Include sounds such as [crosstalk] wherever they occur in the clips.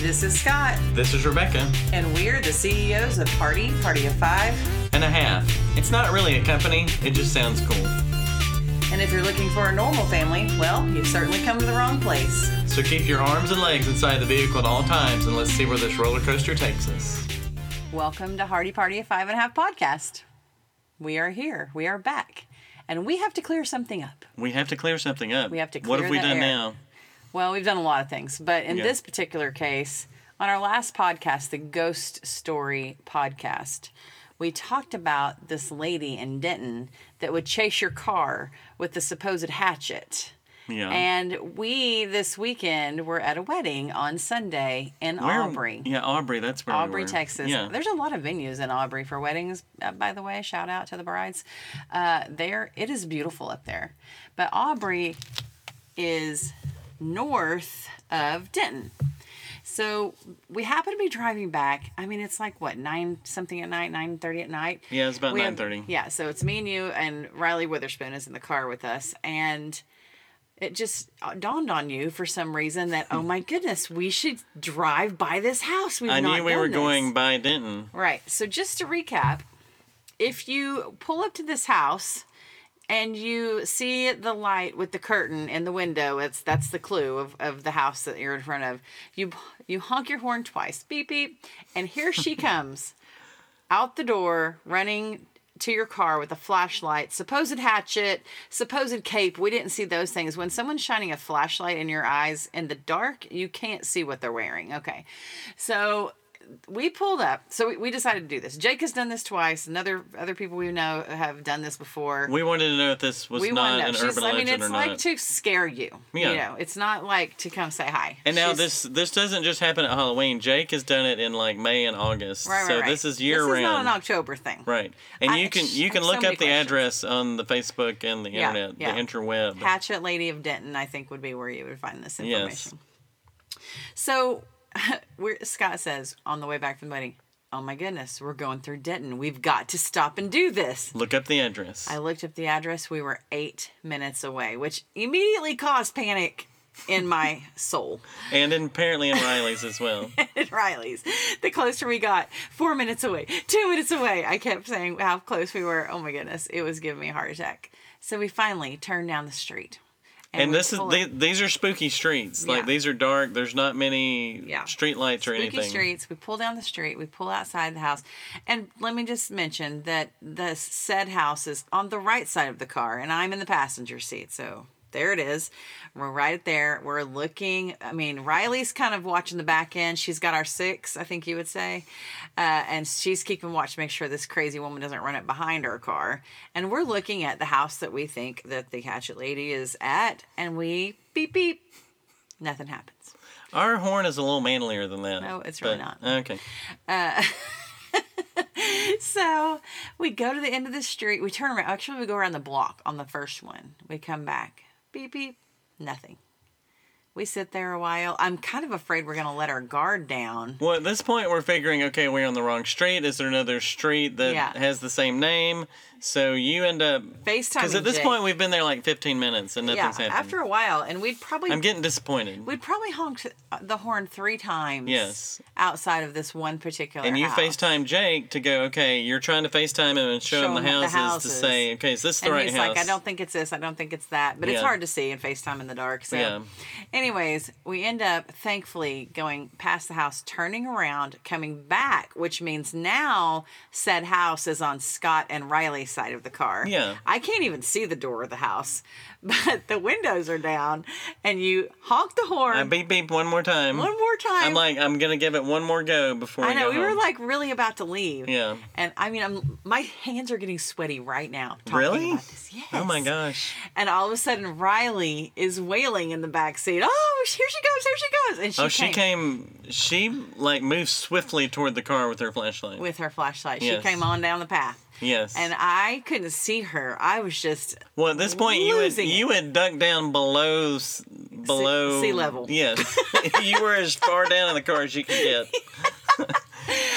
This is Scott, This is Rebecca and we're the CEOs of Party, Party of Five. and a half. It's not really a company, it just sounds cool. And if you're looking for a normal family, well, you've certainly come to the wrong place. So keep your arms and legs inside the vehicle at all times and let's see where this roller coaster takes us. Welcome to Hardy Party of Five and a Half podcast. We are here, we are back, and we have to clear something up. We have to clear something up. We have to What clear have we the done air. now? Well, we've done a lot of things, but in Yeah. this particular case, on our last podcast, the Ghost Story podcast, we talked about this lady in Denton that would chase your car with the supposed hatchet. Yeah. And we this weekend were at a wedding on Sunday in Where- Aubrey. Yeah, Aubrey, that's where we Aubrey, were. Texas. Yeah. There's a lot of venues in Aubrey for weddings, uh, by the way. Shout out to the brides. Uh, there, it is beautiful up there. But Aubrey is north of Denton. So we happen to be driving back. I mean, it's like what nine something at night, nine thirty at night. Yeah, it's about We have- 9:30. Yeah, so it's me and you and Riley Witherspoon is in the car with us, and it just uh, dawned on you for some reason that oh my goodness, we should drive by this house. We've I not knew we done were this. going by Denton. Right. So just to recap, if you pull up to this house and you see the light with the curtain in the window, it's that's the clue of, of the house that you're in front of. You you honk your horn twice, beep beep, and here she comes out the door running to your car with a flashlight, supposed hatchet, supposed cape. We didn't see those things. When someone's shining a flashlight in your eyes in the dark, you can't see what they're wearing. Okay. So we pulled up. So we, we decided to do this. Jake has done this twice. and other other people we know have done this before. We wanted to know if this was We not wanna know. an She's, urban I mean, legend it's or like not. to scare you. Yeah. You know, it's not like to come say hi. and now She's- this this doesn't just happen at Halloween. Jake has done it in like May and August. Right, right, so right. this is year This round. is not an October thing. Right. And I- you can you I can have so look many up the questions. address on the Facebook and the Yeah, internet, yeah. the interweb. Hatchet Lady of Denton, I think, would be where you would find this Yes. information. So, [laughs] we're, Scott says on the way back from the wedding, "Oh my goodness, we're going through Denton. We've got to stop and do this." Look up the address. I looked up the address. We were eight minutes away, which immediately caused panic in my soul. and in, apparently in Riley's [laughs] as well. at Riley's. The closer we got, four minutes away, two minutes away. I kept saying how close we were. Oh my goodness, it was giving me a heart attack. So we finally turned down the street. And we this is pull they, up these are spooky streets. Like Yeah. these are dark. There's not many Yeah. street lights or spooky anything. streets. We pull down the street. We pull outside the house, and let me just mention that the said house is on the right side of the car, and I'm in the passenger seat. So. There it is. We're right there. We're looking. I mean, Riley's kind of watching the back end. She's got our six, I think you would say. uh, and she's keeping watch to make sure this crazy woman doesn't run up behind her car. And we're looking at the house that we think that the hatchet lady is at, and we beep beep. Nothing happens. Our horn is a little manlier than that. No, it's really but- not. Okay. So we go to the end of the street. We turn around. Actually, we go around the block on the first one. We come back. Beep beep. Nothing. We sit there a while. I'm kind of afraid we're gonna let our guard down. Well, at this point, we're figuring, okay, we're on the wrong street. Is there another street that Yeah. has the same name? So you end up FaceTime. because at this point we've been there like 15 minutes and yeah. nothing's happened. After a while, and we'd probably I'm getting disappointed. We'd probably honked the horn three times. Yes. Outside of this one particular. And you house. FaceTime Jake to go, okay, you're trying to FaceTime him and show, him the houses, to say, okay, is this the And right he's house? like, I don't think it's this. I don't think it's that. But it's Yeah. hard to see in FaceTime in the dark. So, Yeah. anyways, we end up thankfully going past the house, turning around, coming back, which means now said house is on Scott and Riley's side of the car. Yeah. I can't even see the door of the house, [laughs] but the windows are down, and you honk the horn I Uh, beep beep one more time. one more time. I'm like, I'm gonna give it one more go before I know go we home. were like really about to leave. Yeah. And I mean, I'm my hands are getting sweaty right now. Talking Really? About this. Yes. Oh my gosh. And all of a sudden, Riley is wailing in the back seat. Oh, here she goes! Here she goes! And she, oh, came, she came. She like moved swiftly toward the car with her flashlight. with her flashlight. Yes. She came on down the path, yes. and I couldn't see her. I was just well, at this point, you had losing it. you had ducked down below s- below sea level. [laughs] [laughs] Yes. you were as far down in the car as you could get.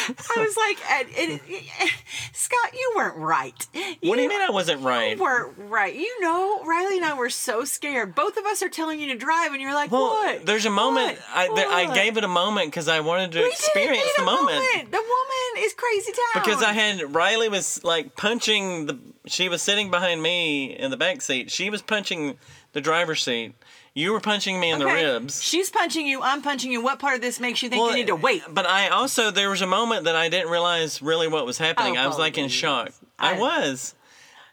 I was like, [laughs] and- and- and- Scott, you weren't right. What do you mean I wasn't right? You weren't right. You know, Riley and I were so scared. Both of us are telling you to drive, and you're like, Well, what? there's a moment. What? I, there, I What?" gave it a moment because I wanted to We didn't experience need the a moment. The woman is crazy town. Because I had Riley was like punching the. She was sitting behind me in the back seat. She was punching the driver's seat. You were punching me in Okay. the ribs. She's punching you. I'm punching you. What part of this makes you think Well, uh, you need to wait? But I also there was a moment that I didn't realize really what was happening. Oh, I was like in please. shock. I, I- was.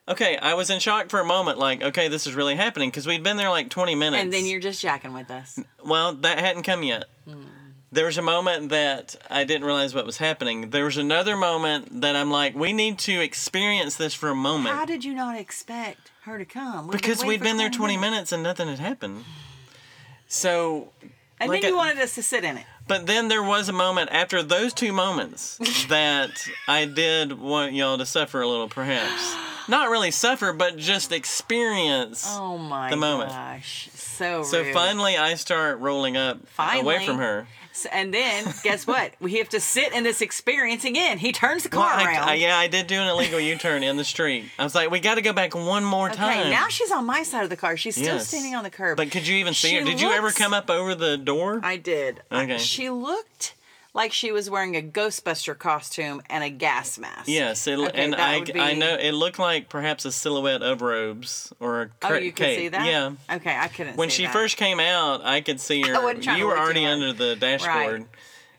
Okay, I was in shock for a moment. Like, okay, this is really happening because we'd been there like 20 minutes. And then you're just jacking with us. Well, that hadn't come yet. There was a moment that I didn't realize what was happening. There was another moment that I'm like, we need to experience this for a moment. How did you not expect her to come? We've because waiting we'd for been there 20 minutes and nothing had happened. So, And like uh, then you a- wanted us to sit in it. but then there was a moment after those [laughs] two moments that I did want y'all to suffer a little, perhaps. [gasps] Not really suffer, but just experience. Oh my The moment. gosh. So so rude. finally, I start rolling up away Finally. from her. S- And then guess [laughs] what? we have to sit in this experience again. He turns the Well, car I, around. I- yeah, I did do an illegal U-turn in the street. I was like, we got to go back one more time. Okay, now she's on my side of the car. She's still Yes. standing on the curb. But could you even see She her? Did you ever looks- come up over the door? I did. Okay. She looked like she was wearing a Ghostbuster costume and a gas mask. yes, it, Okay, and that I, would be- I know it looked like perhaps a silhouette of robes or a Oh, cra- you can cape. see that? Yeah. Okay, I couldn't When see she that. first came out, I could see her. wasn't trying you to were look too already hard. under the dashboard.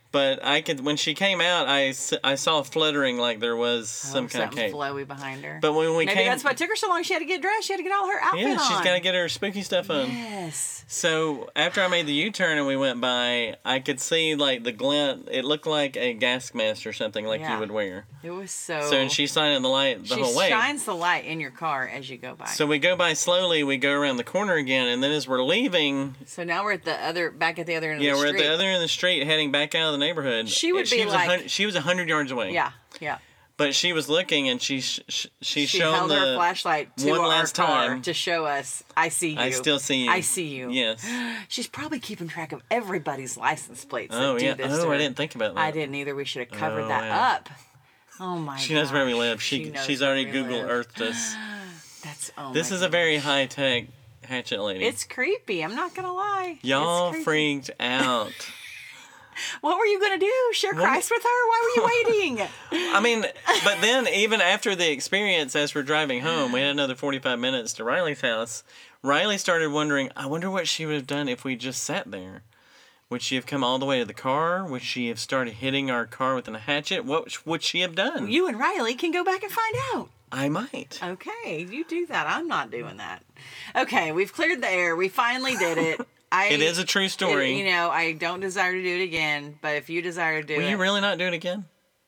But I could when she came out, I, s- I saw fluttering like there was some kind of Oh, Something cape. flowy behind her. But when we Maybe came, that's what took her so long. She had to get dressed. She had to get all her outfit yeah, on. she's got to get her spooky stuff on. Yes. So after I made the U turn and we went by, I could see like the glint. It looked like a gas mask or something like you Yeah. would wear. It was so. So and she's shining the light the she whole way. shines the light in your car as you go by. So So, we go by slowly. We go around the corner again, and then as we're leaving, now we're at the other, back at the other end yeah, of the we're street. at the other end of the street, heading back out of the neighborhood. She would And be was like- hun- she was a hundred yards away. Yeah, yeah. but she was looking, and she sh- sh- she, She showed held the her flashlight to one our last car time. to show us. I see you. I still see you. I see you. [gasps] Yes. She's probably keeping track of everybody's license plates. that Oh do yeah. This to Oh, I her. didn't think about that. I didn't either. We should have covered Oh, that yeah. up. Oh my. She knows where we gosh. live. She, knows she's where already we Google live. Earthed us. That's oh This my is a very high tech hatchet lady. It's creepy. I'm not gonna lie. Y'all It's creepy. freaked out. [laughs] What were you gonna do? Share Christ with her? Why [laughs] were you waiting? I mean, but then even after the experience, as we're driving home, we had another 45 minutes to Riley's house. Riley started wondering, I wonder what she would have done if we just sat there. Would she have come all the way to the car? Would she have started hitting our car with a hatchet? What would she have done? you and Riley can go back and find out. I might. Okay, you do that. I'm not doing that. Okay, we've cleared the air. We finally did it. [laughs] I. It is a true story. You know, I don't desire to do it again. But if you desire to do Will it, you really not do it again?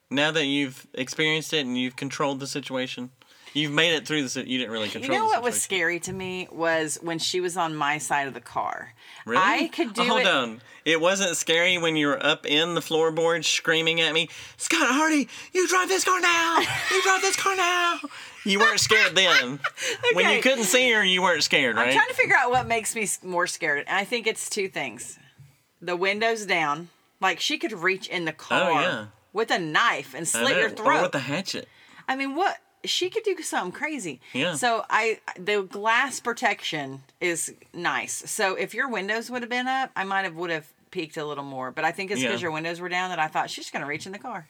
Now that you've experienced it and you've controlled the situation, you've made it through the. si- You didn't really You control. know the what was situation. scary to me was when she was on my side of the car. Really? Oh, I could do Hold it. on. It wasn't scary when you were up in the floorboard screaming at me, Scott Hardy, you drive this car now! You drive this car now! You weren't scared [laughs] then. When you Okay. couldn't see her, you weren't scared, right? I'm trying to figure out what makes me s- more scared. And I think it's two things. The windows down, like she could reach in the car Oh, yeah. with a knife and I slit your know. Or throat. with the hatchet. I mean, what? She could do something crazy. Yeah. So I, the glass protection is nice. So if your windows would have been up, I might have would have peeked a little more. But I think it's because Yeah. your windows were down that I thought she's gonna reach in the car.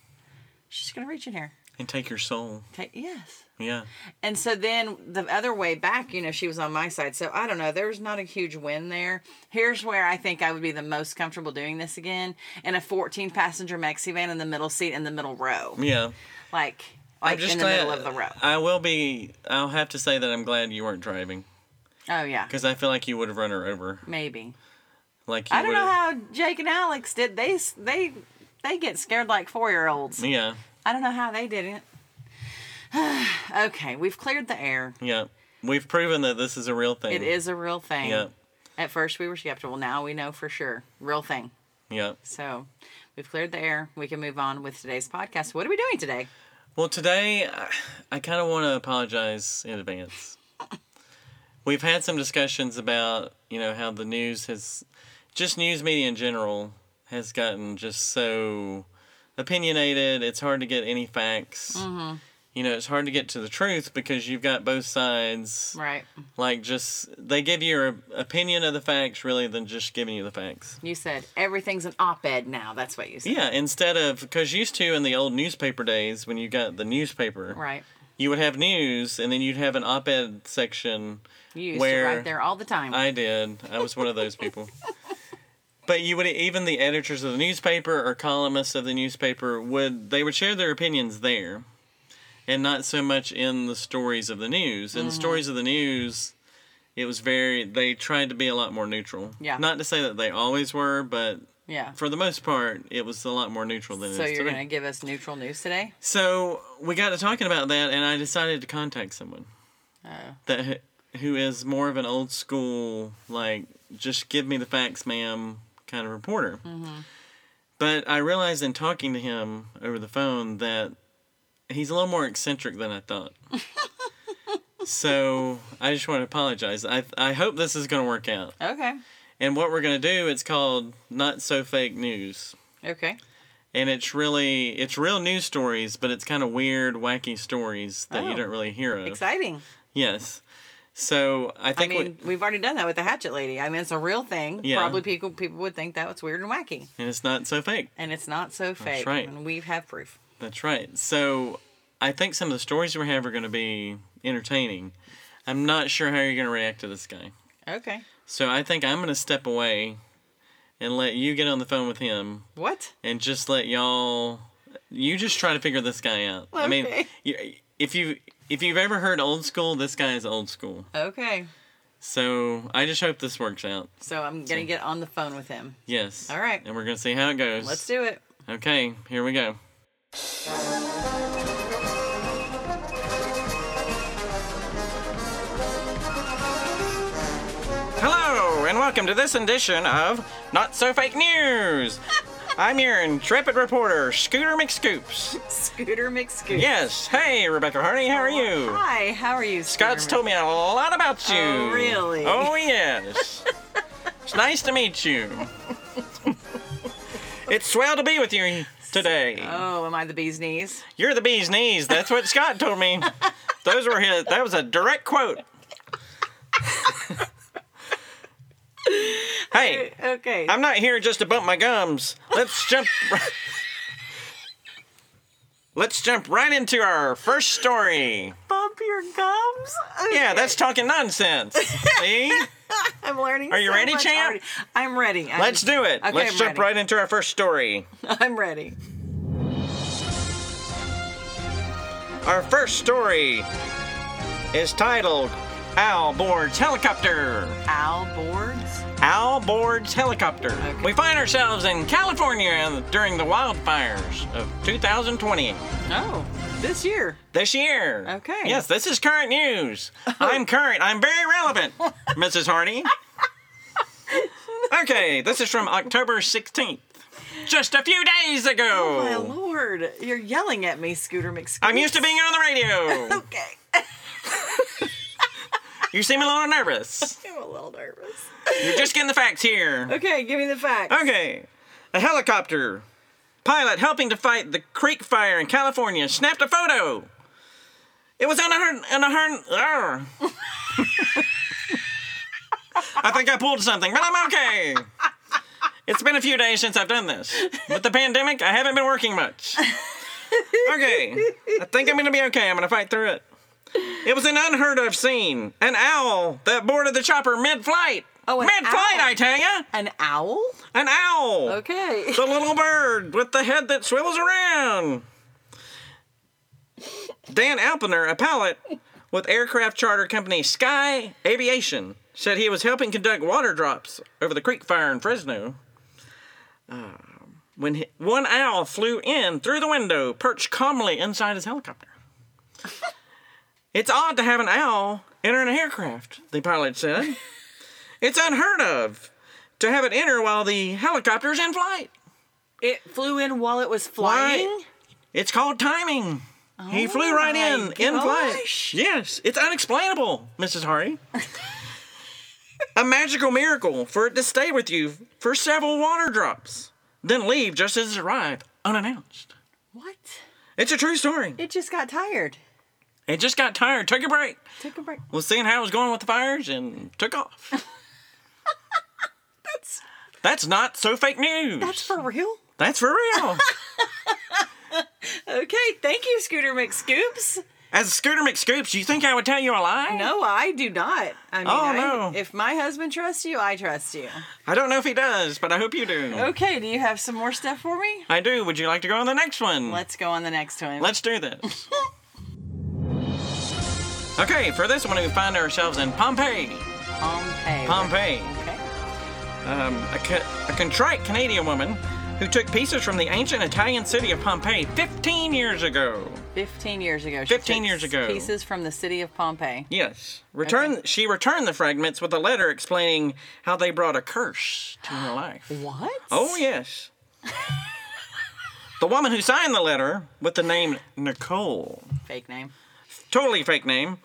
She's gonna reach in here. And take your soul. Take, yes. Yeah. And so then the other way back, you know, she was on my side. So I don't know. There was not a huge win there. Here's where I think I would be the most comfortable doing this again in a 14 passenger maxi van in the middle seat in the middle row, Yeah. like like in the middle of the row. I will be, I'll have to say that I'm glad you weren't driving Oh yeah, because I feel like you would have run her over. maybe. Like you I don't know would've- how Jake and Alex did. They s- they they get scared like four year olds. Yeah. I don't know how they did it. [sighs] okay, we've cleared the air. Yeah. We've proven that this is a real thing. It is a real thing. Yeah. At first we were skeptical. Now we know for sure, real thing. Yeah. So we've cleared the air. We can move on with today's podcast. What are we doing today? Well, today I- I kind of want to apologize in advance. We've had some discussions about, you know, how the news has just news media in general has gotten just so opinionated. It's hard to get any facts. Mm-hmm. You know, it's hard to get to the truth because you've got both sides. Right. Like, just they give your opinion of the facts really than just giving you the facts. You said everything's an op ed now. That's what you said. Yeah, instead of because used to in the old newspaper days when you got the newspaper, Right. you would have news and then you'd have an op ed section. You used Where- to write there all the time. I did. I was one of [laughs] those people. But you would even the editors of the newspaper or columnists of the newspaper would they would share their opinions there, and not so much in the stories of the news. In the Mm-hmm. stories of the news, it was very they tried to be a lot more neutral. Yeah. Not to say that they always were, but yeah. for the most part, it was a lot more neutral than So it is you're today. going to give us neutral news today? So we got to talking about that, and I decided to contact someone Oh. that who is more of an old school, like just give me the facts, ma'am, kind of reporter. But I realized in talking to him over the phone that he's a little more eccentric than I thought. so I just want to apologize. I I hope this is going to work out. Okay. And what we're going to do, it's called not so fake news Okay. and it's really it's real news stories but it's kind of weird wacky stories that Oh. you don't really hear of Exciting. yes so i I think mean, we, we've already done that with the Hatchet Lady. I mean, it's a real thing. Yeah. Probably people people would think that was weird and wacky, and it's not so fake and it's not so fake. right. And we have proof. that's right so i think some of the stories we have are going to be entertaining i'm not sure how you're going to react to this guy Okay. so i think i'm going to step away and let you get on the phone with him What? and just let y'all you just try to figure this guy out i mean Okay. you, if you if you've ever heard old school this guy is old school Okay. So I just hope this works out. So I'm gonna get on the phone with him. Yes. All right. And we're gonna see how it goes. Let's do it. Okay. Here we go. Hello and welcome to this edition of Not So [laughs] Fake News. I'm your intrepid reporter, Scooter McScoops. Scooter McScoot. Yes. Hey, Rebecca Hardy. How are you? Hi. How are you? Scooter Scott's told me a lot about you. Oh, really? Oh, yes. it's nice to meet you. it's swell to be with you today. Oh, am I the bee's knees? You're the bee's knees. That's what Scott told me. Those were his. That was a direct quote. [laughs] hey, Okay. I'm not here just to bump my gums. Let's jump. Right, let's jump right into our first story. bump your gums. Yeah, that's talking nonsense. See? I'm learning. Are you so ready, much champ? already. I'm ready. I'm, Let's do it. Okay, Let's I'm jump ready. right into our first story. [laughs] I'm ready. Our first story is titled Al Board's Helicopter. Owl boards. Al Board's Helicopter. Okay. We find ourselves in California during the wildfires of 2020. Oh, this year. This year. Okay. Yes, this is [laughs] current news. I'm current. I'm very relevant, Mrs. Hardy. Okay, this is from October 16th. Just a few days ago. Oh, My lord, you're yelling at me, Scooter McScoot. I'm used to being on the radio. [laughs] Okay. You seem a little nervous. I'm a little nervous. You're just getting the facts here. Okay, give me the facts. Okay. A helicopter pilot helping to fight the creek fire in California snapped a photo. It was on a her on a her. arr. I think I pulled something, but I'm okay. It's been a few days since I've done this. With the pandemic, I haven't been working much. Okay. I think I'm going to be okay. I'm going to fight through it. It was an unheard of scene. An owl that boarded the chopper mid flight. Oh, an mid flight, owl. Oh, I tell ya. An owl? An owl. Okay. [laughs] The little bird with the head that swivels around. Dan Alpiner, a pilot with aircraft charter company Sky Aviation, said he was helping conduct water drops over the creek fire in Fresno. Um, when he, one owl flew in through the window, perched calmly inside his helicopter. it's odd to have an owl enter an aircraft, the pilot said. it's unheard of to have it enter while the helicopter's in flight. It flew in while it was flying. It's called timing. he flew right my in, in flight. Oh, gosh. Yes, it's unexplainable, [laughs] Mrs. Hardy. A magical miracle for it to stay with you for several water drops, then leave just as it arrived. unannounced. What? It's a true story. It just got tired. It just got tired, took a break, Took a break. was seeing how it was going with the fires, and took off. That's That's not so fake news. that's for real. That's for real. [laughs] Okay, thank you, Scooter McScoops. As Scooter McScoops, you think I would tell you a lie? No, I do not. I mean, Oh, I- no. if my husband trusts you, I trust you. I don't know if he does, but I hope you do. Okay, do you have some more stuff for me? I do. Would you like to go on the next one? Let's go on the next one. Let's do this. okay, for this one, we find ourselves in Pompeii. Pompeii. Pompeii. Okay. Um, a, co- a contrite Canadian woman who took pieces from the ancient Italian city of Pompeii 15 years ago. 15 years ago. she 15 took years ago. Pieces from the city of Pompeii. Yes. Return. She returned the fragments with a letter explaining how they brought a curse to her life. What? Oh, yes. the woman who signed the letter with the name Nicole, Fake name. totally fake name,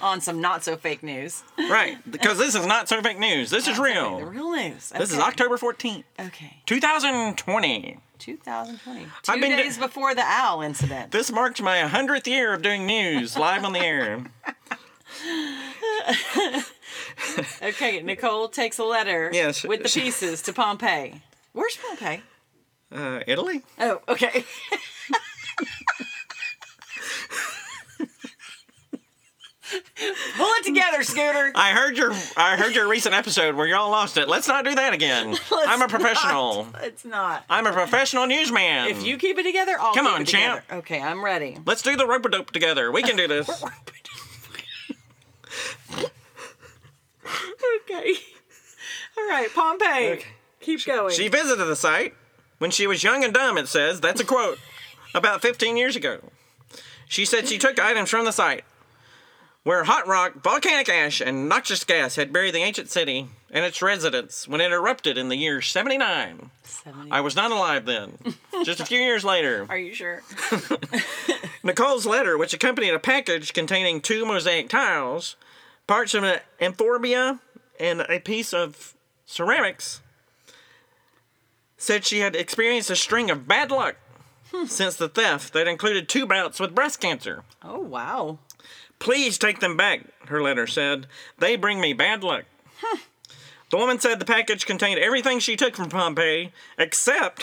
On some not so fake [laughs] news. right? Because this is not so fake news. This is The real. real news. This is Okay. October 14th, Okay. 2020. 2020. 2 I've been do- days before the owl incident. This marks my 100th year of doing news live on the air. Okay, Nicole takes a letter Yes. with the pieces to Pompeii. Where's Pompeii? [laughs] Uh, Italy? Oh, okay. [laughs] Pull it together, Scooter. I heard your I heard your recent episode where y'all lost it. [laughs] Let's not do that again. I'm a professional. It's not. I'm a professional newsman. If you keep it together, I'll Come keep on, it champ. together. Okay, I'm ready. Let's do the rope a dope together. We can do this. [laughs] Okay. [laughs] All right, Pompeii. Keep going. She visited the site when she was young and dumb, it says. That's a quote. About 15 years ago. She said she took items from the site where hot rock, volcanic ash, and noxious gas had buried the ancient city and its residents when it erupted in the year 79. 70. I was not alive then. Just a few years later. Are you sure? Nicole's letter, which accompanied a package containing two mosaic tiles, parts of an amphorbia, and a piece of ceramics, said she had experienced a string of bad luck since the theft that included two bouts with breast cancer. Oh, wow. Please take them back, her letter said. They bring me bad luck. the woman said the package contained everything she took from Pompeii except [laughs]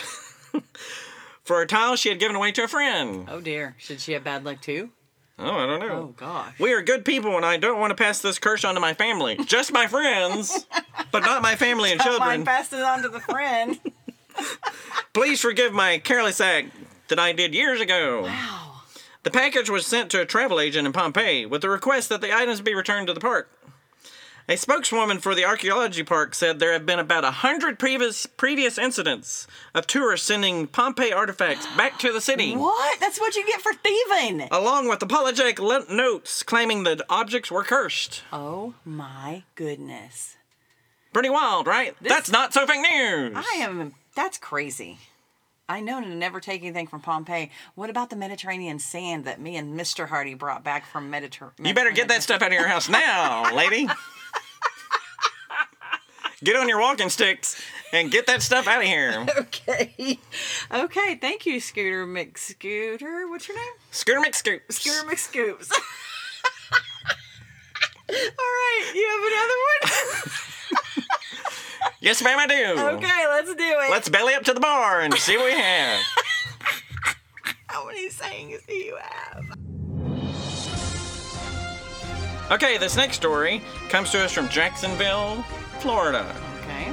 for a tile she had given away to a friend. Oh, dear. Should she have bad luck, too? Oh, I don't know. Oh, gosh. We are good people, and I don't want to pass this curse on to my family. Just my friends, but not my family and Mine children. passes on to the friend. Please forgive my careless act that I did years ago. Wow. The package was sent to a travel agent in Pompeii with the request that the items be returned to the park. A spokeswoman for the archaeology park said there have been about a hundred previous previous incidents of tourists sending Pompeii artifacts back to the city. [laughs] What? Oh. That's what you get for thieving. Along with apologetic le- notes claiming that objects were cursed. Oh, my goodness. Pretty wild, right? That's not so fake news. I am. That's crazy. I know to never take anything from Pompeii. What about the Mediterranean sand that me and Mr. Hardy brought back from Mediterranean? You better get that stuff out of your [laughs] house now, lady. Get on your walking sticks and get that stuff out of here. [laughs] Okay. Okay. Thank you, Scooter McScooter. What's your name? Scooter McScoops. Scooter McScoops. [laughs] All right. You have Yes, ma'am, I do. another one? Okay. Let's do it. Oh. Let's belly up to the bar and see what we have. How many sayings do you have? Okay, this next story comes to us from Jacksonville, Florida. Okay.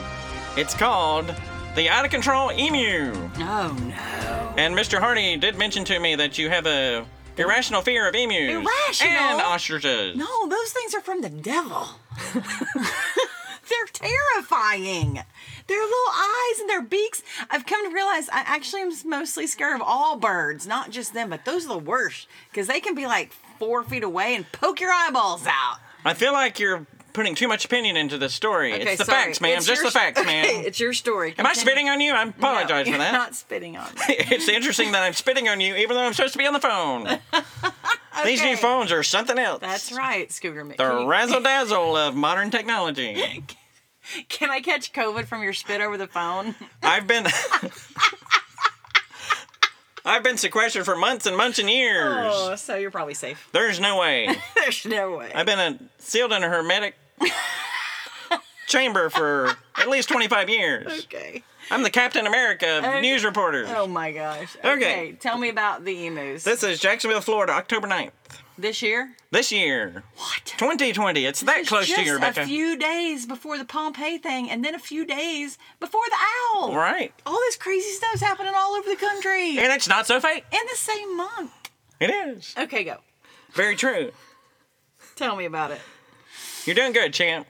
It's called The Out of Control Emu. Oh, no. And Mr. Hardy did mention to me that you have a irrational fear of emus Irrational? and ostriches. No, those things are from the devil. [laughs] They're terrifying. Their little eyes and their beaks. I've come to realize I actually am mostly scared of all birds, not just them, but those are the worst because they can be like four feet away and poke your eyeballs out. I feel like you're putting too much opinion into this story. it's the facts, ma'am. It's Just your the [laughs] facts, sto- ma'am. it's your story. Am I spitting on you? I apologize no, for that. You're not spitting on me. [laughs] it's interesting that I'm spitting on you, even though I'm supposed to be on the phone. [laughs] These new Okay. phones are something else. [laughs] That's right, Scooter [laughs] The McKee. razzle dazzle of modern [laughs] technology. Can I catch COVID from your spit over the phone? I've been. [laughs] I've been sequestered for months and months and years. Oh, so you're probably safe. [laughs] There's no way. There's no way. I've been uh sealed in [laughs] a hermetic chamber for at least 25 years. okay. I'm the Captain America of Okay. news reporters. Oh my gosh. Okay. Tell me about the emus. This is Jacksonville, Florida, October 9th. this year? This year, What? 2020. It's that close just to you, Rebecca. a few days before the Pompeii thing, and then a few days before the owl. right. All this crazy stuff's happening all over the country And it's not so fake. in the same month. It is. Okay, go. Very true. Tell me about it. You're doing good, champ.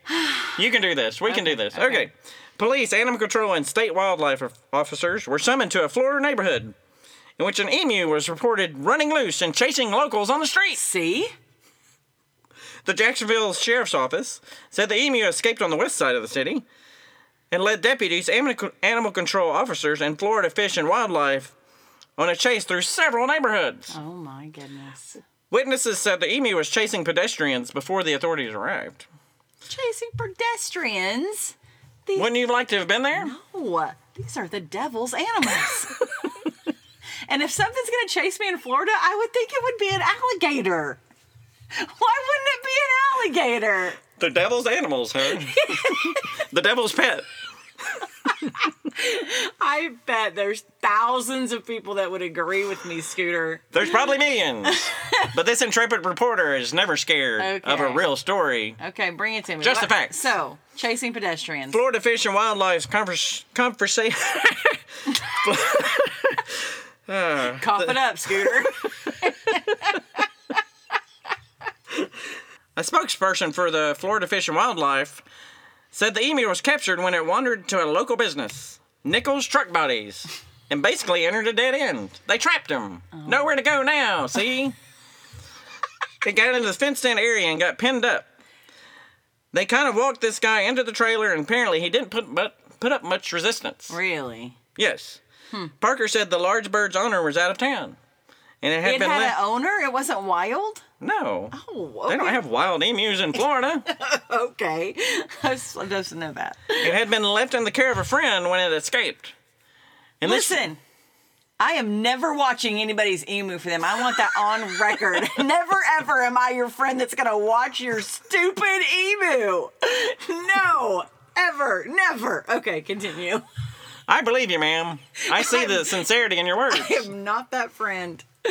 You can do this. We can do this. Okay. okay. Police, animal control, and state wildlife of- officers were summoned to a Florida neighborhood in which an emu was reported running loose and chasing locals on the streets. See? The Jacksonville Sheriff's Office said the emu escaped on the west side of the city and led deputies, animal animal control officers, and Florida Fish and Wildlife on a chase through several neighborhoods. Oh my goodness. Witnesses said the emu was chasing pedestrians before the authorities arrived. Chasing pedestrians. These, Wouldn't you like to have been there? No, these are the devil's [laughs] animals. and if something's gonna chase me in Florida, I would think it would be an alligator. Why wouldn't it be an alligator? The devil's animals, [laughs] huh? the devil's pet. I bet there's thousands of people that would agree with me, Scooter. There's [laughs] probably millions. but this intrepid reporter is never scared of a Okay. real story. Okay, bring it to me. Just the What- facts. So, chasing pedestrians. Florida Fish and Wildlife's convers- conversation. Cough it up, Scooter. A spokesperson for the Florida Fish and Wildlife said the emu was captured when it wandered to a local business, Nichols Truck Bodies, and basically entered a dead end. They trapped him. Oh. Nowhere to go now, see? it got into the fenced in area and got pinned up. They kind of walked this guy into the trailer, and apparently he didn't put, but, put up much resistance. [laughs] really? Yes. Hmm. Parker said the large bird's owner was out of town. And it had It been had left. an owner? It wasn't wild? no. Oh, They don't okay. have wild emus [laughs] in Florida. Okay. [laughs] I just I just know that. It had been left in the care of a friend when it escaped. And this- Listen, I am never watching anybody's emu for them. I want that on record. [laughs] never ever am I your friend that's gonna watch your stupid emu. No, ever, never. Okay, continue. I believe you, ma'am. I see the sincerity in your words. [laughs] I am not that friend. [laughs]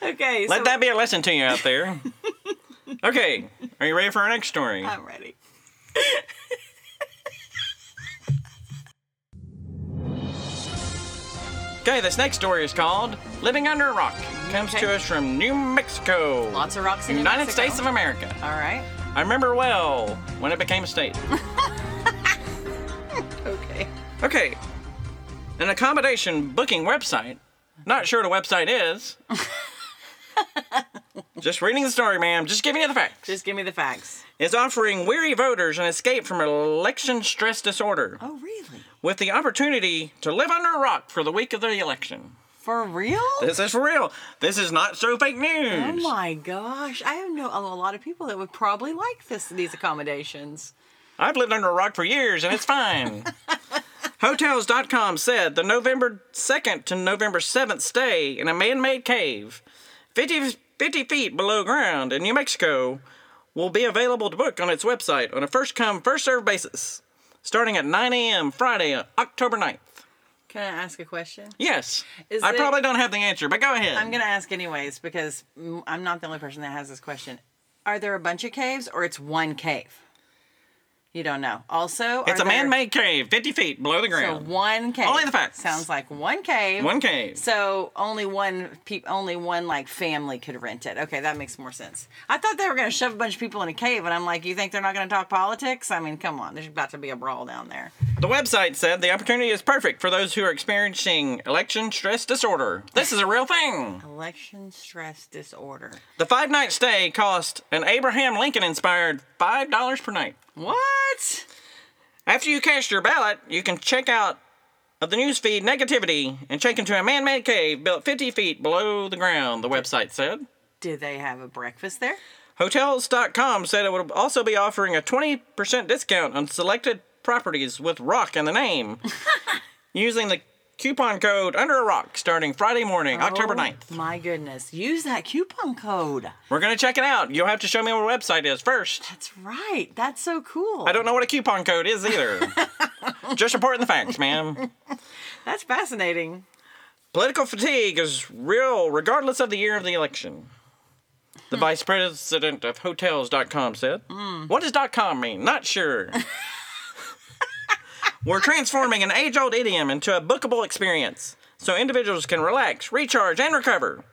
okay, so Let that be a lesson to you out there. Okay, are you ready for our next story? I'm ready. Okay, this next story is called Living Under a Rock. Comes to Okay. us from New Mexico. Lots of rocks in New United Mexico. States of America. All right. I remember well when it became [laughs] a state. Okay. Okay. An accommodation booking website. Not sure what a website [laughs] is. Just reading the story, ma'am. Just giving you the facts. Just give me the facts. Is offering weary voters an escape from election stress disorder Oh, really? with the opportunity to live under a rock for the week of the election. For real? This is for real. This is not so fake Oh news. my gosh! I know a lot of people that would probably like this these accommodations. I've lived under a rock for years and it's fine. Hotels.com said the November 2nd to November 7th stay in a man made cave 50, 50 feet below ground in New Mexico will be available to book on its website on a first come, first served basis starting at 9 a.m. Friday, October 9th. Can I ask a question? Yes. Is I it- probably don't have the answer, but go ahead. I'm gonna ask anyways because mm, I'm not the only person that has this question. Are there a bunch of caves or it's one cave? You don't know. Also, it's are a there- man made cave 50 feet below the So ground. one cave. Only the facts. Sounds like one cave. One cave. So only one peop only one like family could rent it. Okay, that makes more sense. I thought they were gonna shove a bunch of people in a cave, and I'm like, you think they're not gonna talk politics? I mean, come on, there's about to be a brawl down there. The website said the opportunity is perfect for those who are experiencing election stress disorder. This is a [laughs] real thing. Election stress disorder. The five night stay cost an Abraham Lincoln inspired $5 per night. What? After you cast your ballot, you can check out of the newsfeed negativity and check into a man made cave built 50 feet below the ground, the website said. Do they have a breakfast there? Hotels.com said it would also be offering a 20% discount on selected properties with rock in the name using the coupon code under a rock starting Friday morning, October Oh, 9th. My goodness. Use that coupon code. We're going to check it out. You'll have to show me what the website is first. That's right. That's so cool. I don't know what a coupon code is either. Just reporting the facts, ma'am. That's fascinating. Political fatigue is real regardless of the year of the election. The vice president of hotels.com said, What does dot com mean? Not sure. We're transforming an age old idiom into a bookable experience so individuals can relax, recharge, and recover.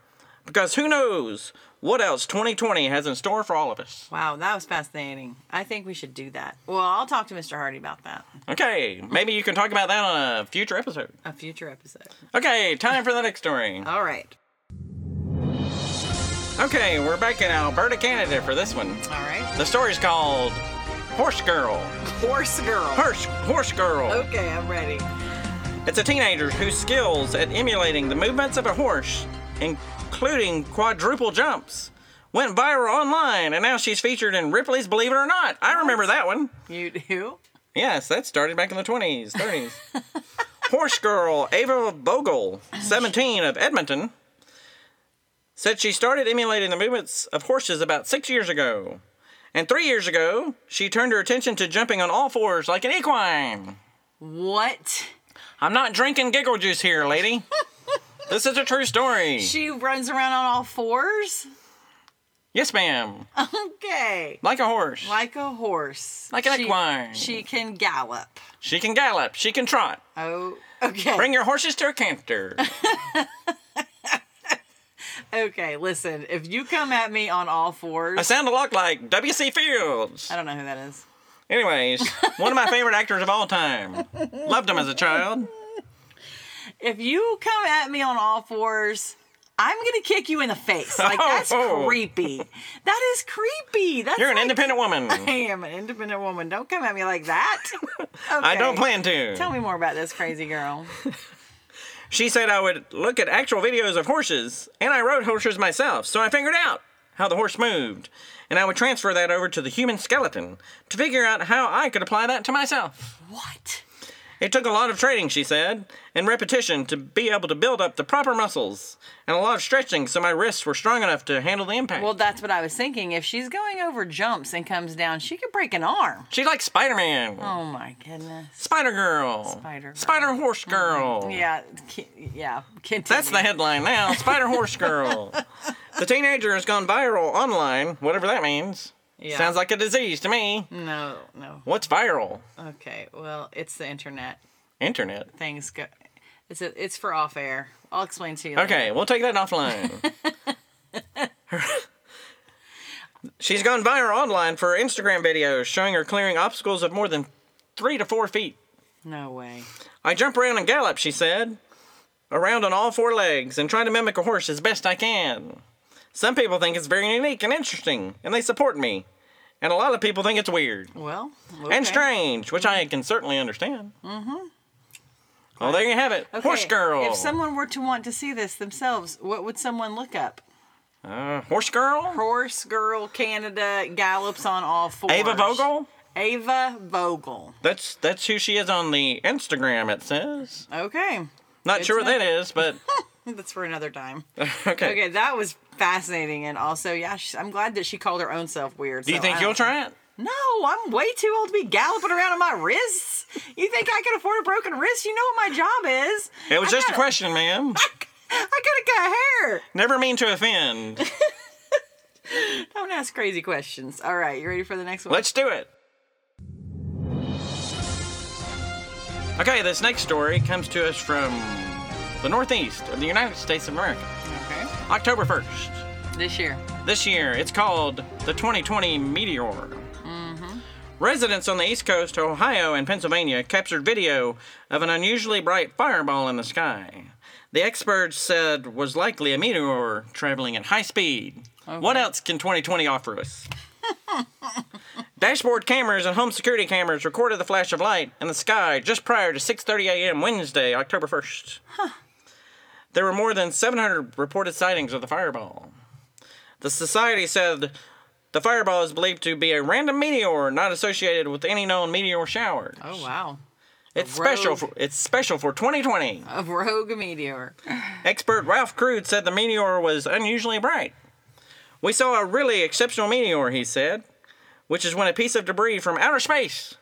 Because who knows what else 2020 has in store for all of us. Wow, that was fascinating. I think we should do that. Well, I'll talk to Mr. Hardy about that. Okay, maybe you can talk about that on a future episode. A future episode. Okay, time for the next story. All right. Okay, we're back in Alberta, Canada for this one. All right. The story's called Horse Girl. Horse girl. Horse, horse Girl. Okay, I'm ready. It's a teenager whose skills at emulating the movements of a horse, including quadruple jumps, went viral online, and now she's featured in Ripley's Believe It or Not. I remember that one. You do? Yes, that started back in the 20s, 30s. Horse girl Ava Bogle, 17 of Edmonton, said she started emulating the movements of horses about six years ago. And three years ago, she turned her attention to jumping on all fours like an equine. What? I'm not drinking giggle juice here, lady. this is a true story. She runs around on all fours? [laughs] Yes, ma'am. Okay. Like a horse. Like a horse. Like an She- equine. She can gallop. She can gallop, she can trot. Oh, [laughs] okay. Bring your horses to a canter. okay, listen. If you come at me on all fours, I sound a lot like W.C. Fields. I don't know who that is. Anyways, one of my favorite actors of all time. Loved him as a child. If you come at me on all fours, I'm gonna kick you in the face. Like that's [laughs] Oh. creepy. That is creepy. That's You're an like- independent woman. I am an independent woman. Don't come at me like that. [laughs] I don't Okay. plan Tell to. me more about this crazy girl. She said I would look at actual videos of horses, and I rode horses myself, so I figured out how the horse moved, and I would transfer that over to the human skeleton to figure out how I could apply that to myself. What? It took a lot of training, she said, and repetition to be able to build up the proper muscles, and a lot of stretching so my wrists were strong enough to handle the impact. Well, that's what I was thinking. If she's going over jumps and comes down, she could break an arm. she likes Spider Man. Oh my goodness. Spider Girl. Spider Girl. Spider Horse Girl. Oh, Yeah, ki- yeah. Continue. That's the headline now. Spider [laughs] Horse Girl. the teenager has gone viral online, whatever that means. Yeah. Mm. Sounds like a disease to me. No, no. What's viral? Okay. Well, it's the internet. Internet. Things go. It's a, it's for off air. I'll explain to you. later. Okay, we'll take [laughs] that offline. She's gone viral online for Instagram videos showing her clearing obstacles of more than three to four feet. No way. I jump around and gallop, she said, around on all four legs and try to mimic a horse as best I can. Some people think it's very unique and interesting, and they support me. And a lot of people think it's weird Well. okay. and strange, which I can certainly understand. Mm-hmm. Well, there you have it. Okay, Horse girl. If someone were to want to see this themselves, what would someone look up? Uh, horse girl? Horse girl Canada gallops on all fours. Ava Vogel? Ava Vogel. That's that's who she is on the Instagram, it says. Okay. Not Good sure to what that is, but [laughs] That's for another time. okay. Okay, that was fascinating. And also, yeah, she, I'm glad that she called her own self weird. Do you think you'll try it? No, I'm way too old to be galloping around on my wrists. You think I can afford a broken wrist? You know what my job is. [laughs] It was I just a gotta- question, ma'am. I gotta cut hair. Never mean to offend. Don't ask crazy questions. All right, you ready for the next one? Let's do it. Okay, this next story comes to us from the northeast of the United States of America, Okay. October 1st. This year. This year, it's called the 2020 Meteor. Residents on the East Coast, Ohio, and Pennsylvania captured video of an unusually bright fireball in the sky. The experts said was likely a meteor traveling at high speed. What else can 2020 offer us? [laughs] Dashboard cameras and home security cameras recorded the flash of light in the sky just prior to 6:30 a.m. Wednesday, October 1st. There were more than 700 reported sightings of the fireball. The society said the fireball is believed to be a random meteor not associated with any known meteor showers. Oh wow. It's special. rogue- For, it's special for 2020. A rogue meteor. Expert Ralph Crude said the meteor was unusually bright. We saw a really exceptional meteor, he said, which is when a piece of debris from outer space,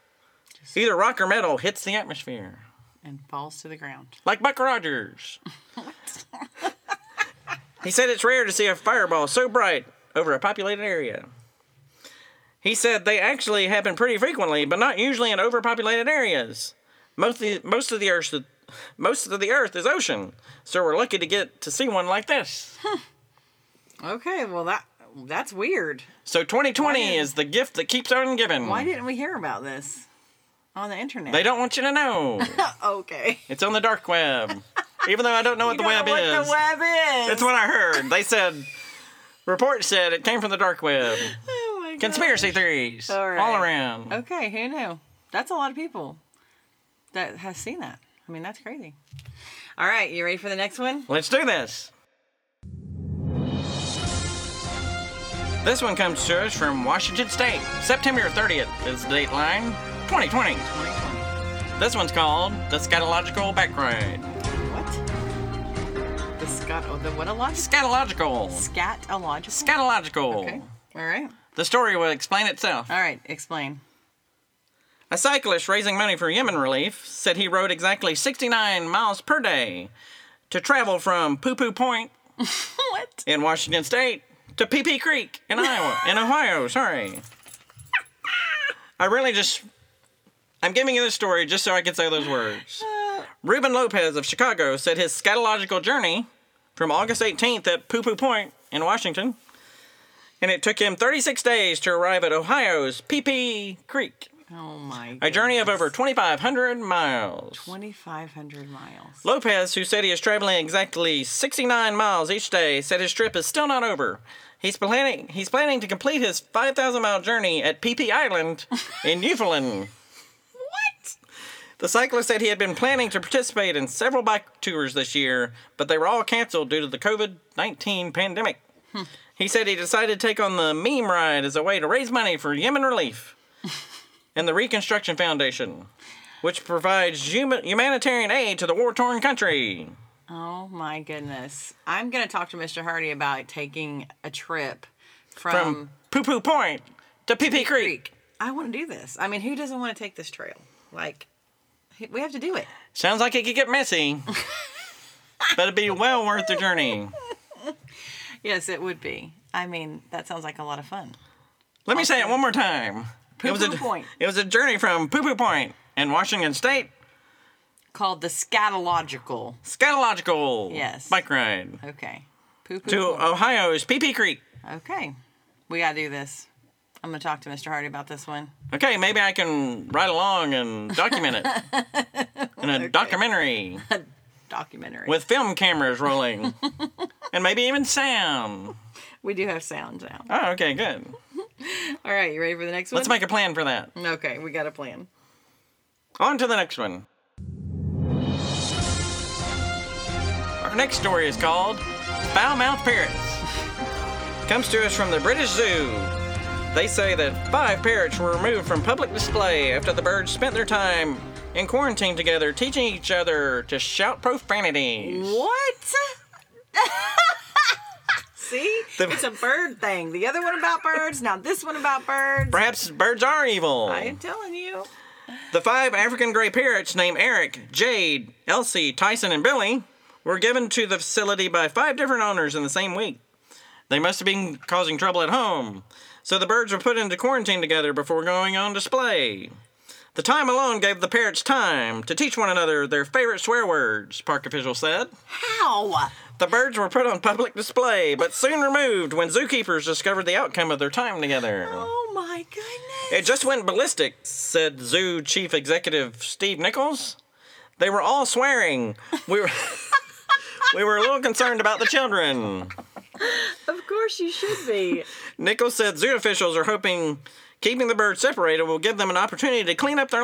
either rock or metal, hits the atmosphere, And falls to the ground. like [laughs] Buck Rogers. he said it's rare to see a fireball so bright over a populated area. He said they actually happen pretty frequently, but not usually in overpopulated areas. Most of the, most of the earth most of the earth is ocean, so we're lucky to get to see one like this. [laughs] Okay, well that that's weird. So 2020 is the gift that keeps on giving. Why didn't we hear about this on the internet? they don't want you [laughs] to know. okay. it's on the dark web. Even though I don't know what the web what is. the web is. That's what I heard. They said report said it came from the dark web. Oh my God. Conspiracy theories all, All right. around. Okay, who knew? That's a lot of people that has seen that. I mean, that's crazy. All right, you ready for the next one? Let's do this. This one comes to us from Washington State. September 30th is the dateline 2020. This one's called The Scatological Background. What? The scat. Oh, the what a lot. Scatological. Scatological. Scatological. Okay. All right. The story will explain itself. All right. Explain. [laughs] A cyclist raising money for Yemen relief said he rode exactly 69 miles per day to travel from Poo Poo Point What? in Washington State to Pee Pee Creek in Iowa, in Ohio, sorry. I really just, I'm giving you this story just so I can say those words. Ruben Lopez of Chicago said his scatological journey from August 18th at Poo Poo Point in Washington, and it took him 36 days to arrive at Ohio's Pee Pee Creek. Oh my. A journey of over 2,500 miles. Twenty-five hundred miles. Lopez, who said he is traveling exactly 69 miles each day, said his trip is still not over. He's planning he's planning to complete his 5,000 mile journey at PP Island in Newfoundland. What? The cyclist said he had been planning to participate in several bike tours this year, but they were all canceled due to the COVID 19 pandemic. He said he decided to take on the meme ride as a way to raise money for Yemen [laughs] Relief and the Reconstruction Foundation, which provides huma- humanitarian aid to the war torn country. Oh my goodness. I'm gonna talk to Mr. Hardy about taking a trip from, From Poo Poo Point to Um. Pee Pee Creek. Creek. I want to do this. I mean, who doesn't want to take this trail? Like, we have to do it. Sounds like it could get [laughs] messy, but it'd be well worth the journey. Yes, it would be. I mean, that sounds like a lot of fun. Let me say it one more time. it was a Poo-poo point. It was a journey from Poo Poo Point in Washington State, Called the Scatological. Scatological Yes. bike ride Okay. Poo poo. to Ohio's Pee Pee Creek. Okay. We got to do this. I'm going to talk to Mr. Hardy about this one. Okay, maybe I can ride along and document it [laughs] in a documentary Documentary. with film [laughs] cameras rolling and maybe even sound. we do have sound now. Oh, okay, good. All right. You ready for the next Let's one? make a plan for that. okay. We got a plan. On to the next one. Our next story is called Foul-mouthed Parrots. [laughs] Comes to us from the British Zoo. They say that five parrots were removed from public display after the birds spent their time in quarantine together teaching each other to shout profanities. What? [laughs] See? it's a bird thing. The other one about birds. Now this one about birds. Perhaps birds are evil. I'm telling you. The five African gray parrots named Eric, Jade, Elsie, Tyson, and Billy were given to the facility by five different owners in the same week. They must have been causing trouble at home, so the birds were put into quarantine together before going on display. The time alone gave the parrots time to teach one another their favorite swear words, park official said. How? The birds were put on public display, but soon removed when zookeepers discovered the outcome of their time together. Oh my goodness. It just went ballistic, said zoo chief executive Steve Nichols. They were all swearing. We were, [laughs] we were a little concerned about the children. Of course you should be. Nichols said zoo officials are hoping keeping the birds separated will give them an opportunity to clean up their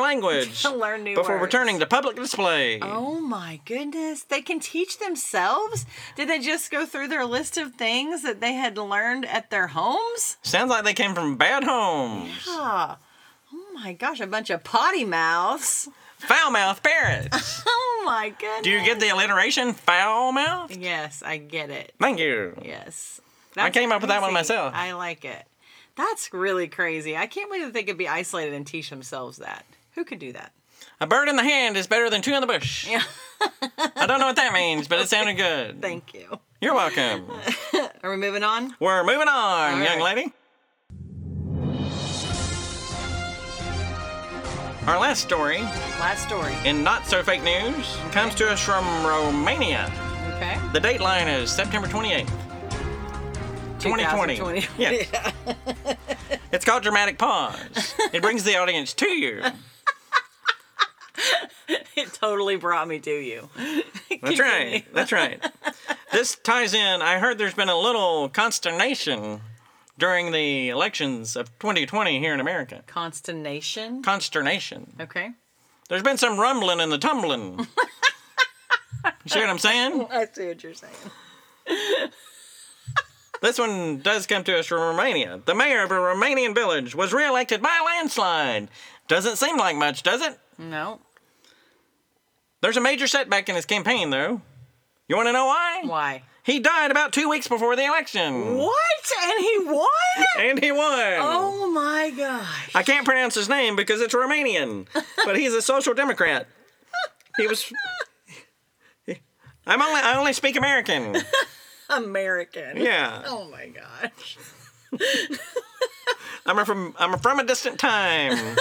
[laughs] language To learn new before words. returning to public display. [laughs] Oh my goodness. They can teach themselves? Did they just go through their list of things that they had learned at their homes? Sounds like they came from bad homes. Ah. Oh my gosh, a bunch of potty mouths. [laughs] Foulmouth parrots. Oh my goodness. Do you get the alliteration? Foulmouth? Yes, I get it. Thank you. Yes. came up with that one crazy. myself. I like it. That's really crazy. I can't believe that they could be isolated and teach themselves that. Who could do that? A bird in the hand is better than two in the bush. Yeah. I don't know what that means, but it sounded good. Thank you. [laughs] You're welcome. Are we moving on? We're moving on, All young right. lady. Our last story, Last story. in not so fake news, comes to us from Romania. Okay. The date line is September 28th. 2020. 2020. [laughs] Yes. It's called Dramatic Pause. It brings the audience to [laughs] you. It totally brought me to you. [laughs] That's right. That's right. This ties in. I heard there's been a little consternation during the elections of 2020 here in America. Consternation. Consternation. Okay. There's been some rumbling and the tumbling. you see what I'm saying? I see what you're saying. This one does come to us from Romania. The mayor of a Romanian village was reelected by a landslide. Doesn't seem like much, does it? No. There's a major setback in his campaign, though. You want to know why? Why? He died about two weeks before the election. What? And he won? And he won. Oh my gosh. I can't pronounce his name because it's Romanian, but he's a social democrat. He was. I'm only. I only speak American. American. Yeah. Oh my gosh. I'm from I'm from a distant time.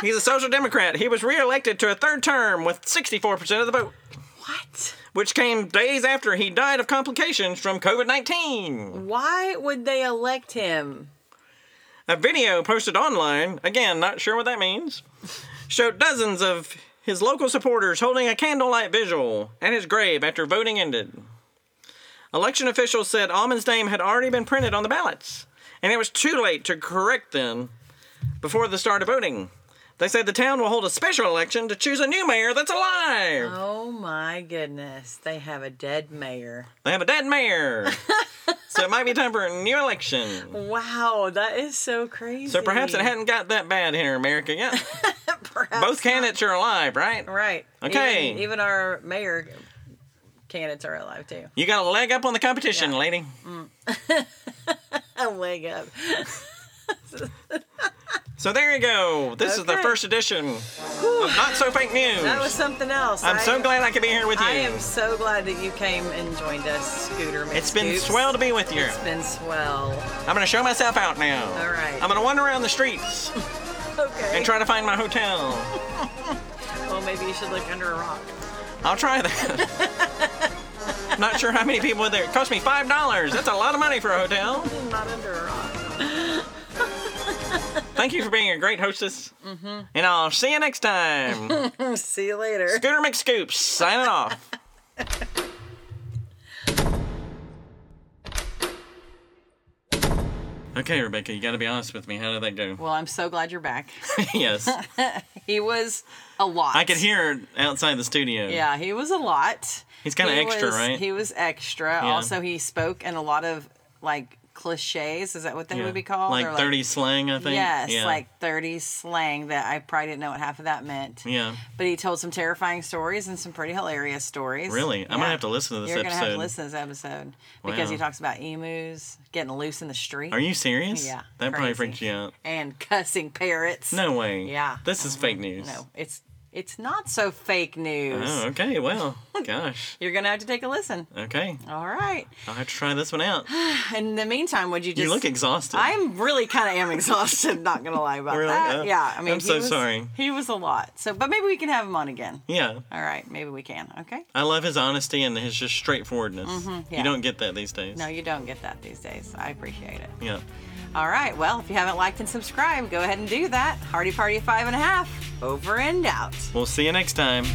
He's a social democrat. He was reelected to a third term with 64% of the vote, What? which came days after he died of complications from COVID-19. Why would they elect him? A video posted online, again, not sure what that means, showed dozens of his local supporters holding a candlelight vigil at his grave after voting ended. Election officials said Almond's name had already been printed on the ballots, and it was too late to correct them before the start of voting. They said the town will hold a special election to choose a new mayor that's alive. Oh my goodness. They have a dead mayor. They have a dead mayor. so it might be time for a new election. Wow, that is so crazy. So perhaps it hadn't got that bad here in America yet. [laughs] Perhaps Both candidates are alive, right? Right. Okay. Even, even our mayor candidates are alive too. You got a leg up on the competition, Yeah. lady. A leg up. So there you go. This is the Okay. first edition of Not So Fake News. That was something else. I'm I- so glad I could be here with you. I am so glad that you came and joined us, Scooter. Miss It's been Scoops. swell to be with you. It's been swell. I'm gonna show myself out now. All right. I'm gonna wander around the streets Okay. and try to find my hotel. [laughs] well, maybe you should look under a rock. I'll try that. [laughs] Not sure how many people are there. It cost me five dollars. That's a lot of money for a hotel. Hmm, Not under a rock. Thank you for being a great hostess. Mm-hmm. And I'll see you next time. See you later. Scooter McScoops signing off. Okay, Rebecca, you got to be honest with me. How did that go? [laughs] Well, I'm so glad you're back. [laughs] yes, He was a lot. I could hear it outside the studio. Yeah, he was a lot. he's kind of He extra, was- right? He was extra. Also, he spoke in a lot of like cliches. Is that what they Yeah. would be called? like Or, thirty slang, I think. Yes, yeah. like 30 slang that I probably didn't know what half of that meant. yeah. But he told some terrifying stories and some pretty hilarious stories. Really, I'm Yeah. gonna have to listen to this You're episode. gonna have to listen to this episode because Wow. he talks about emus getting loose in the street Are you serious? Yeah, That probably crazy. freaked you out. and cussing parrots. No way. Yeah. This is fake news. no, it's it's not so fake news. Oh, okay. Well, gosh. You're gonna have to take a listen. Okay. All right. I'll have to try this one out. In the meantime, would you just? You look exhausted. I'm really kind of am exhausted. [laughs] Not gonna lie about Really? that. Oh. yeah, I mean, I'm he so was- sorry. He was a lot. So, but maybe we can have him on again. Yeah. All right, maybe we can. Okay. I love his honesty and his just straightforwardness. Mm-hmm, yeah. You don't get that these days. No, you don't get that these days. I appreciate it. Yeah. All right. Well, if you haven't liked and subscribed, go ahead and do that. Hardy Party of Five and a Half. Over and out. We'll see you next time.